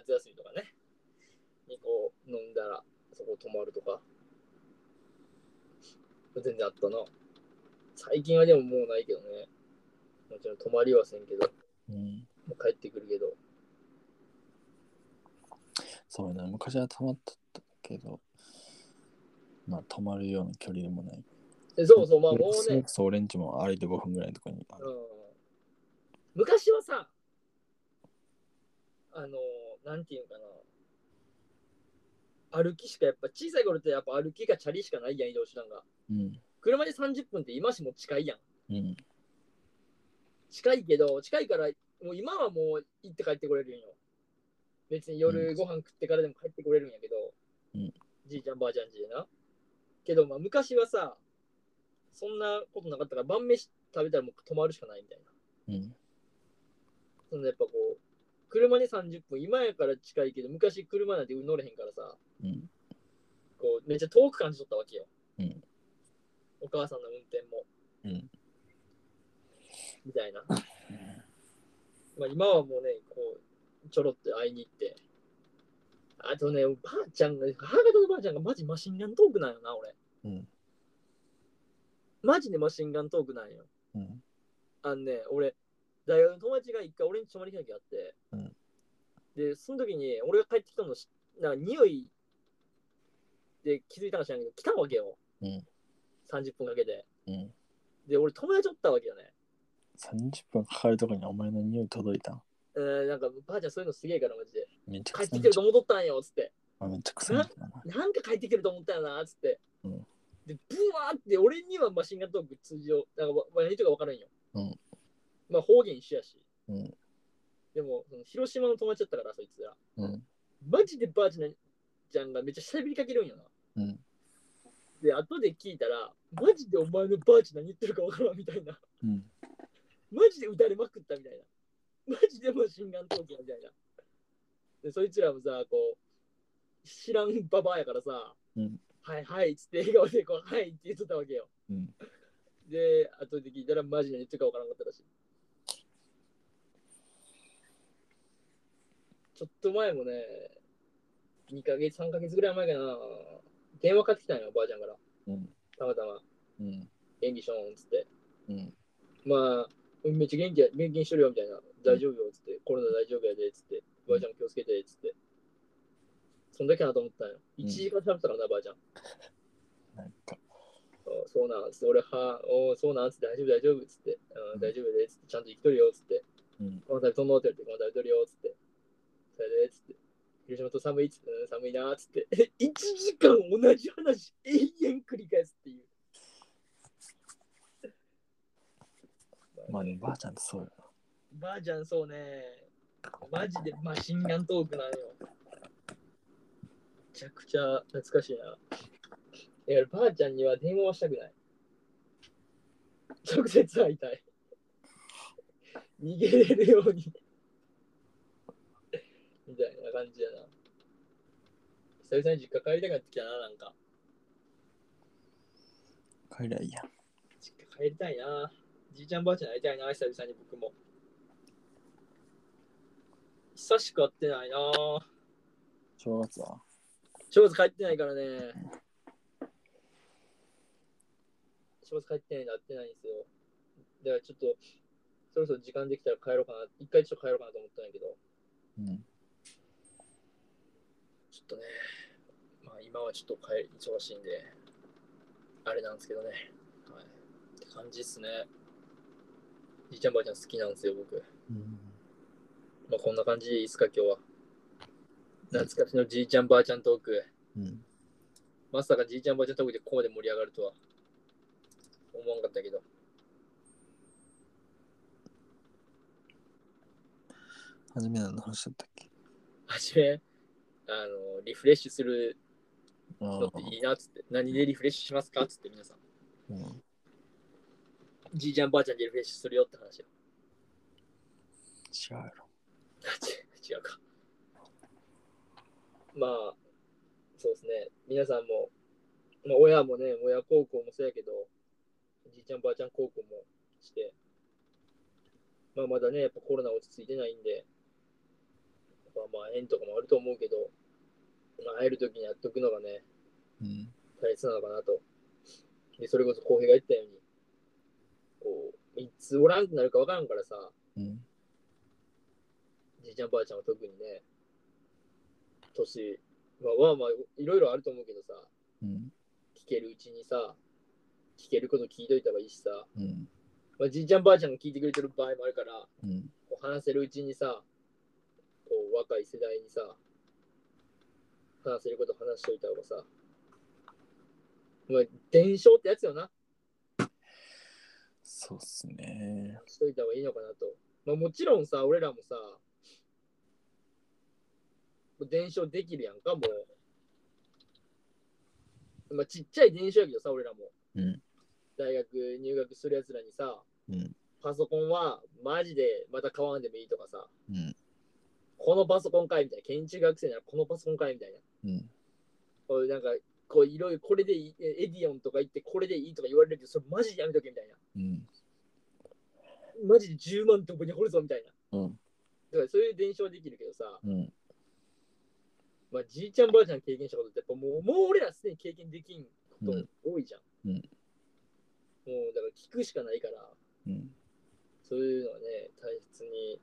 夏休みとかね。にこう、飲んだら、そこ泊まるとか。全然あったな。最近はでももうないけどね。もちろん泊まりはせんけど、
うん。
もう帰ってくるけど。
そうやな、昔は泊まってたけど、まあ泊まるような距離でもない。
えそうそう、まあ
そ
も
れ
う
こそ
ね、
そう、オレンジも歩いて5分ぐらいのとこにあ
う
る。
ん、昔はさ、あの、なんていうんかな、歩きしかやっぱ、小さい頃ってやっぱ歩きがチャリしかないやん、移動手段が。
うん。
車で30分って今しも近いやん。
うん。
近いけど、近いから、もう今はもう行って帰ってこれるんよ。別に
う
夜
ん
ご飯食ってからでも帰ってこれるんやけど、
うん
じいちゃんばあちゃんちでな。けど、まあ昔はさ、そんなことなかったから、晩飯食べたらもう泊まるしかないみたいな。
うん。
そのやっぱこう、車で30分、今やから近いけど、昔車なんて乗れへんからさ、
うん
こうめっちゃ遠く感じとったわけよ。
うん
お母さんの運転も。
うん
みたいな。まあ今はもうね、こう、ちょろっと会いに行って。あとね、ばあちゃんが、母方のばあちゃんがマジマシンガントークなんよな、俺。
うん
マジでマシンガントークなんよ。
うん
あのね、俺、大学の友達が一回俺に泊まり会があって、
うん
で、その時に俺が帰ってきたのし、なんか匂いで気づいたか知らんけど、来たわけよ。
うん
30分かけて。
うん
で、俺友達おったわけよね。
30分かかるとこにお前の匂い届いたん
えー、なんか、ばあちゃんそういうのすげえから、マジで。
めっち
帰
ゃく
っ
さ
て
い
きてると思っとったんよ、つって。
あめっちゃくさいんだな
なんか帰ってきてると思ったよな、つって。
うん
で、ブワーって、俺にはマシンガントーク通常、なんか、まあ、何とか分からんよ。
うん
まあ、方言一緒やし。
うん
でも、その広島の友達だったから、そいつら。
うん
マジでばあちゃんちゃんがめっちゃしゃべりかけるんよな。
うん
で、後で聞いたら、マジでお前のばあちゃん何言ってるかわからんみたいな。
うん
マジで撃たれまくったみたいな。マジでマシンガントークやみたいな。で、そいつらもさ、こう、知らんババアやからさ、
うん
はいはいっつって笑顔でこう、はいって言っとったわけよ。
うん
で、後で聞いたらマジで何言ってるかわからんかったらしい。ちょっと前もね、2ヶ月、3ヶ月ぐらい前かな、電話かかってきたんよ、ばあちゃんから。
うん
たまたま、
うん
演技しょーんっつって。
うん
まあ、めっちゃ元気や、元気にしとるよみたいな、大丈夫よっつって、コロナ大丈夫やでっつって、ばあちゃんも気をつけてっつって、そんだけかなと思ったんよ。
うん
1時間喋ってたからな、ばあちゃん。
なんか
あそうなんっつって、俺は、おうそうなんっつって、大丈夫、大丈夫っつって、あ
うん
大丈夫でっつって、ちゃんと生きとるよっつって、
うん
この度とんのって言って、この度とるよっつって、それでっつって、広島と寒いっつって、うん寒いなっつって、1時 (laughs) 間同じ話、永遠繰り返すっていう。
まあねばあちゃんってそうよ
ばあちゃん、そうね。マジでマシンガントークなのよ。めちゃくちゃ懐かしいな。だからばあちゃんには電話はしたくない。直接会いたい。逃げれるように。みたいな感じやな。久々に実家帰りたかってきたな、なんか。
帰りゃいいや
実家帰りたいな。じいちゃんばあちゃんに会いたいな、久々に僕も。久しく会ってないな。
正月は
正月帰ってないからね。正月帰ってないんで会ってないんですよ。だからちょっと、そろそろ時間できたら帰ろうかな。一回ちょっと帰ろうかなと思ったんやけど、
うん
ちょっとね、まあ今はちょっと帰り忙しいんで、あれなんですけどね。はい。って感じっすね。じいちゃんばあちゃん好きなんですよ、僕。
うん
まあ、こんな感じでいいですか、今日は。懐かしのじいちゃんばあちゃんトーク。
うん
まさかじいちゃんばあちゃんトークでここまで盛り上がるとは思わんかったけど。
初め何の話だったっけ
はじめ、あの、リフレッシュする
あ
のっていいなっつって、何でリフレッシュしますかっつって皆さん、
あうん
じいちゃんばあちゃんでリフレッシュするよって話よ。
違うやろ
違うか。まあ、そうですね。皆さんも、まあ、親もね、親孝行もそうやけど、じいちゃんばあちゃん孝行もして、まあまだね、やっぱコロナ落ち着いてないんで、まあまあ縁とかもあると思うけど、まあ、会えるときにやっとくのがね、
うん
大切なのかなと。で、それこそ浩平が言ったように、こう、いつおらんくなるかわからんからさ、
うん
じいちゃんばあちゃんは特にね、年は、まあまあ、いろいろあると思うけどさ、
うん
聞けるうちにさ、聞けること聞いといた方がいいしさ、
うん
まあ、じいちゃんばあちゃんが聞いてくれてる場合もあるから、
うん
こう話せるうちにさ、こう若い世代にさ、話せること話しといた方がさ、まあ、伝承ってやつよな、
そうっすね
しといた方がいいのかなと。まあ、もちろんさ、俺らもさ、伝承できるやんか、もう。まあ、ちっちゃい伝承やけどさ、俺らも。
うん
大学入学するやつらにさ、
うん
パソコンはマジでまた買わんでもいいとかさ、
うん
このパソコンかいみたいな、研究学生ならこのパソコンかいみたいな。
うん。
こうなんか、こういろいろこれでいい、えエディオンとか言ってこれでいいとか言われるけど、それマジでやめとけみたいな。
うん。
マジで10万とこに掘るぞみたいな。
うん。
だからそういう伝承はできるけどさ、
うん。
まあ、じいちゃんばあちゃん経験したことってやっぱもうもう俺らすでに経験できんこと多いじゃん。
うんうん
もうだから聞くしかないから、
うん。
そういうのはね、大切に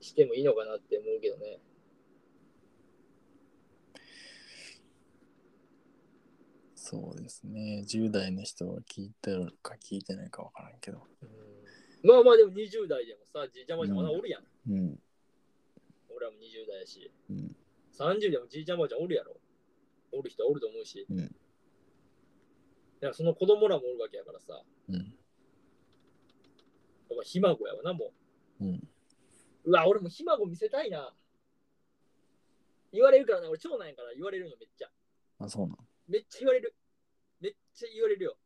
してもいいのかなって思うけどね。
そうですね。10代の人は聞いてるか聞いてないか分からんけど。
まあまあでも20代でもさ、じいちゃんばあちゃんまだおるやん。
うん。
俺らも20代やし。
うん。
30でもじいちゃんばあちゃんおるやろ。おる人はおると思うし。
うん
だからその子供らもおるわけやからさ、やっ
うん。
ぱひ孫やわな、もう。
うん。
うわ、俺もひ孫見せたいな。言われるからな、俺長男やから言われるのめっちゃ。
あ、そうなの。
めっちゃ言われる。めっちゃ言われるよ。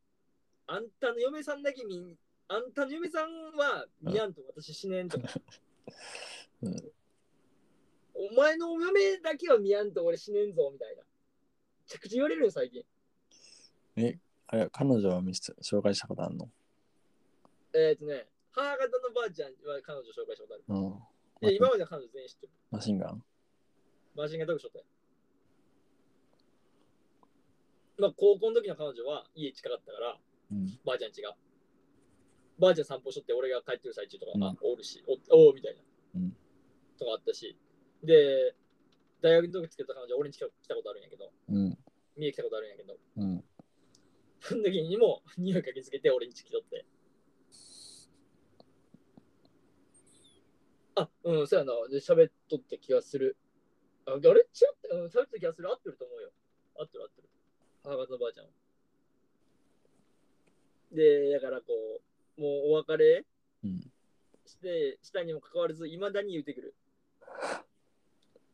あんたの嫁さんだけ見ん、あんたの嫁さんは見やんと私死ねん (laughs) とか。
うん
お前のお嫁だけは見やんと俺死ねんぞみたいな。めちゃくちゃ言われるよ、最近。
あれ、彼女は見せ紹介したことあんの
えっ、ー、とね、母方のばあちゃんは彼女紹介したことある。
うん。
いや、今までの彼女全員知ってる。
マシンガン
マジンガンタクショーって。まあ、高校の時の彼女は家近かったから、
うん。
ばあちゃん家が。ばあちゃん散歩しとって、俺が帰ってる最中とか、
うん
あ、おるし、おおうみたいな、
うん
とかあったし。で、大学の時つけた彼女、俺に来た来たことあるんやけど、
うん。
三重来たことあるんやけど、 (laughs)
うん。
その時にも (laughs) 匂いかけつけて、俺に来とって。あ、うん、そうやな。で、喋っとった気がする。あ、あれ違った、うん、喋っとった気がする。合ってると思うよ。合ってる合ってる。母方のばあちゃんは。で、だからこう、もうお別れ
うん。
して、したにもかかわらず、いまだに言うてくる。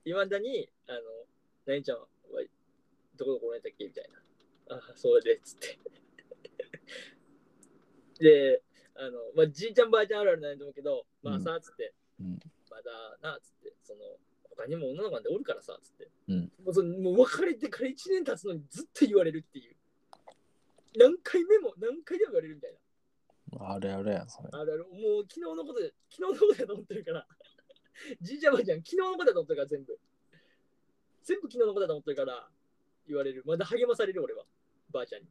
いまだに、あの、何ちゃんは、どこどこのやったっけみたいな。あ、そうで、つって。 (laughs) で、あの、まあ、じいちゃんばあちゃんあるあるなんやと思うけど、ま
う
あ
ん
さ、つって、
うん
まだな、つって、その、他にも女の子なんておるからさ、つって。
うん
もうそのもう別れてから1年経つのにずっと言われるっていう。何回目も、何回でも言われるみたいな。
あれあれやん、それ。
あるある、もう昨日のことで、昨日のことだと思ってるから。 (laughs) じいちゃんばあちゃん、昨日のことだと思ってるから、全部。全部昨日のことだと思ってるから、言われる。まだ励まされる、俺は。ばあちゃん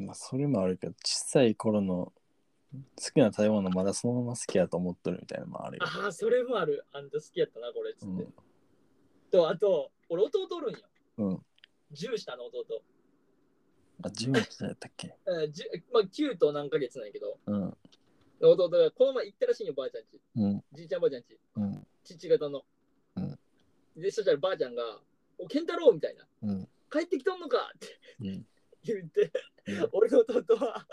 に。
まあ、それもあるけど、小さい頃の好きな食べ物まだそのまま好きやと思っとるみたいなのもあるよ。
ああ、それもある。あんた好きやったな、これ、つ
う
って。
ん。
と、あと、俺、弟おるんよ。
うん。
10下の弟。
あ、ジムやったっけ
えーじゅまあ、9と何ヶ月なんやけど、
うん。
弟がこの前行ったらしいよ、ばあちゃんち。
うん。
じいちゃんばあちゃんち。
うん。
父方の。
うん
で、そしたらばあちゃんが、お、健太郎みたいな。
うん。
帰ってきとんのかって
うん。
言って、
うん
俺の弟は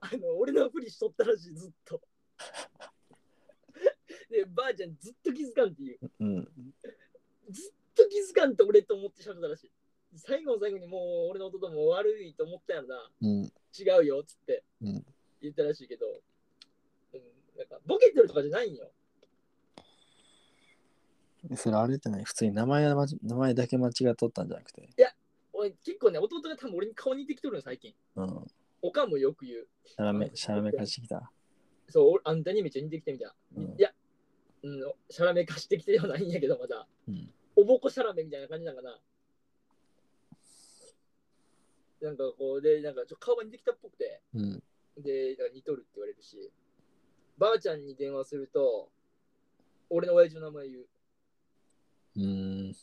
あの俺のふりしとったらしいずっとでばあちゃんずっと気づかんっていう
うん。
ずっと気づかんと俺と思ってしゃべったらしい最後の最後にもう俺の弟も悪いと思ったやろな
うん。
違うよっつって
うん
言ったらしいけど、うんなんかボケてるとかじゃないんよ
それあれってない普通に名前はまじ名前だけ間違っとったんじゃなくて。
俺結構ね弟が多分俺に顔似てきとるの最近
うん。
おかんもよく言う
シャラメ、シャラメ貸してきた。
そう俺あんたにめっちゃ似てきてみたいな
うん
い。や、うん、シャラメ貸してきてではないんやけど、まだ。
うん
おぼこシャラメみたいな感じなんかな。なんかこう、で、なんかちょっと顔が似てきたっぽくて、
うん。
で、なんか似とるって言われるし、ばあちゃんに電話すると、俺の親父の名前言う。
うん。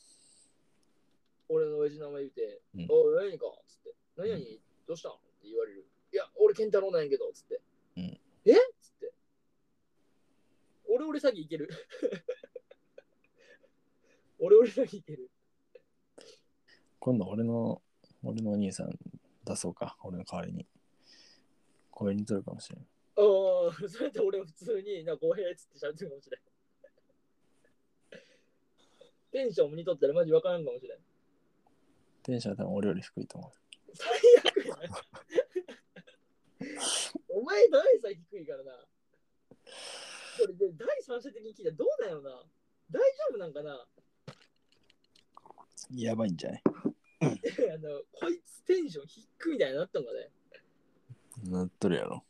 俺の親父の名前言うて、
うん
おい、何かつって、何々、どうしたんって言われる。いや、俺、健太郎なんやけど、つって。
うん
えつって。俺、俺詐欺いける。 (laughs) 俺、俺詐欺いける。
今度俺の、俺のお兄さん出そうか。俺の代わりに。声にとるかもしれん。
ああ、それって俺、普通に、なんか、ごへーっつって喋ってるかもし
(laughs)
れん。テンションも似とったらマジわからんかもしれん。
テンションは多分俺より低いと思
最悪やな。お前の愛さ低いからな。これで第三者的に聞いたらどうだよな大丈夫なん (laughs) かな
やばいんじゃない
あのこいつテンション低くみたいになったのかね
なっとるやろ。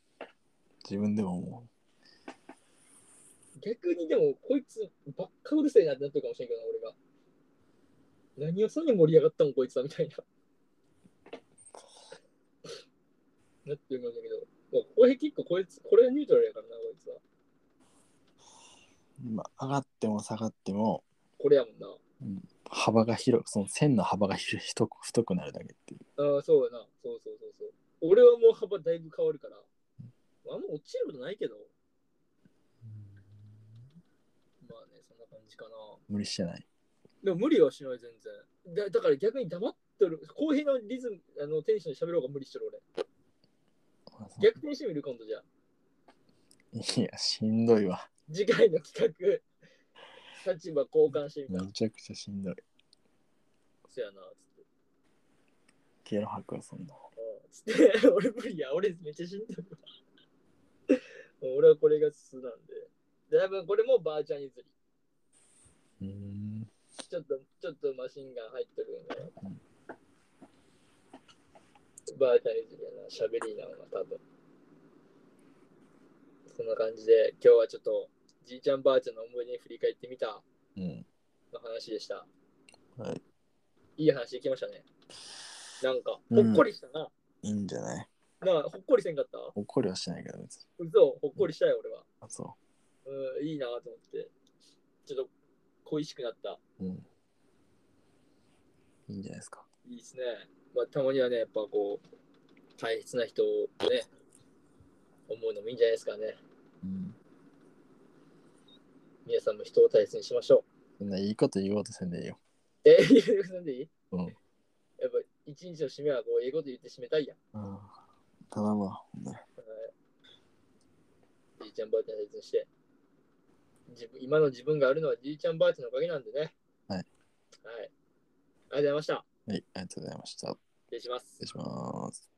自分でもも
逆にでもこいつばっかうるせえなってなってるかもしれんけどな俺が何をそに盛り上がったんこいつはみたいななってるかもしれんけどまあこれ結構こいつこれはニュートラルやからなこいつは
う、まあ、上がっても下がっても、
これやもんな
幅が広く、その線の幅が広太く太くなるだけっていう。
ああ、そうやな。そうそうそうそう。俺はもう幅だいぶ変わるから。あんま落ちることないけど。まあね、そんな感じかな。
無理してない。
でも無理はしない、全然。だだから逆に黙ってる。公平のリズム、あのテンションで喋ろうが無理してる俺。逆転してみる、今度じゃあ。
いや、しんどいわ。
次回の企画。立場交換してみた。
めちゃくちゃしんどい。
そやな、つって。
ケロ吐くわ、そんな。
うんつって、 (laughs) 俺無理や、俺めっちゃしんどいわ。俺はこれが素なんで。で多分これもばあちゃん譲り。
うーん。
ちょっと、ちょっとマシンガン入ってるんだよ。バーチャルやな、しゃべりなのが多分。そんな感じで、今日はちょっと、じいちゃんばあちゃんの思い出に振り返ってみた
うん。
の話でした。
はい。
いい話できましたね。なんか、
うん
ほっこりしたな。
いいんじゃない
なあ、ほっこりせんかった
怒りはしないけど、別に。
嘘、ほっこりしたよ、俺は。
あ、そ
うん、いいなと思って。ちょっと、恋しくなった。
う。うん。いいんじゃないですか。
いいですね。まあ、たまにはね、やっぱこう、大切な人をね、思うのもいいんじゃないですかね。
うん。
皆さんも人を大切にしましょ
そんないいこと言おうとせんでいいよ。
う。え、ゆうさんでいい
うん。
やっぱ一日の締めはこう、英語で言って締めたいやん。
うん。ただまあ、ほんなら
じいちゃんばあちゃん大切にして。自分今の自分があるのはじいちゃんばあちゃんのおかげなんでね。
はい
はい。ありがとうございました。
はい、ありがとうございました。
失礼します
失礼。します。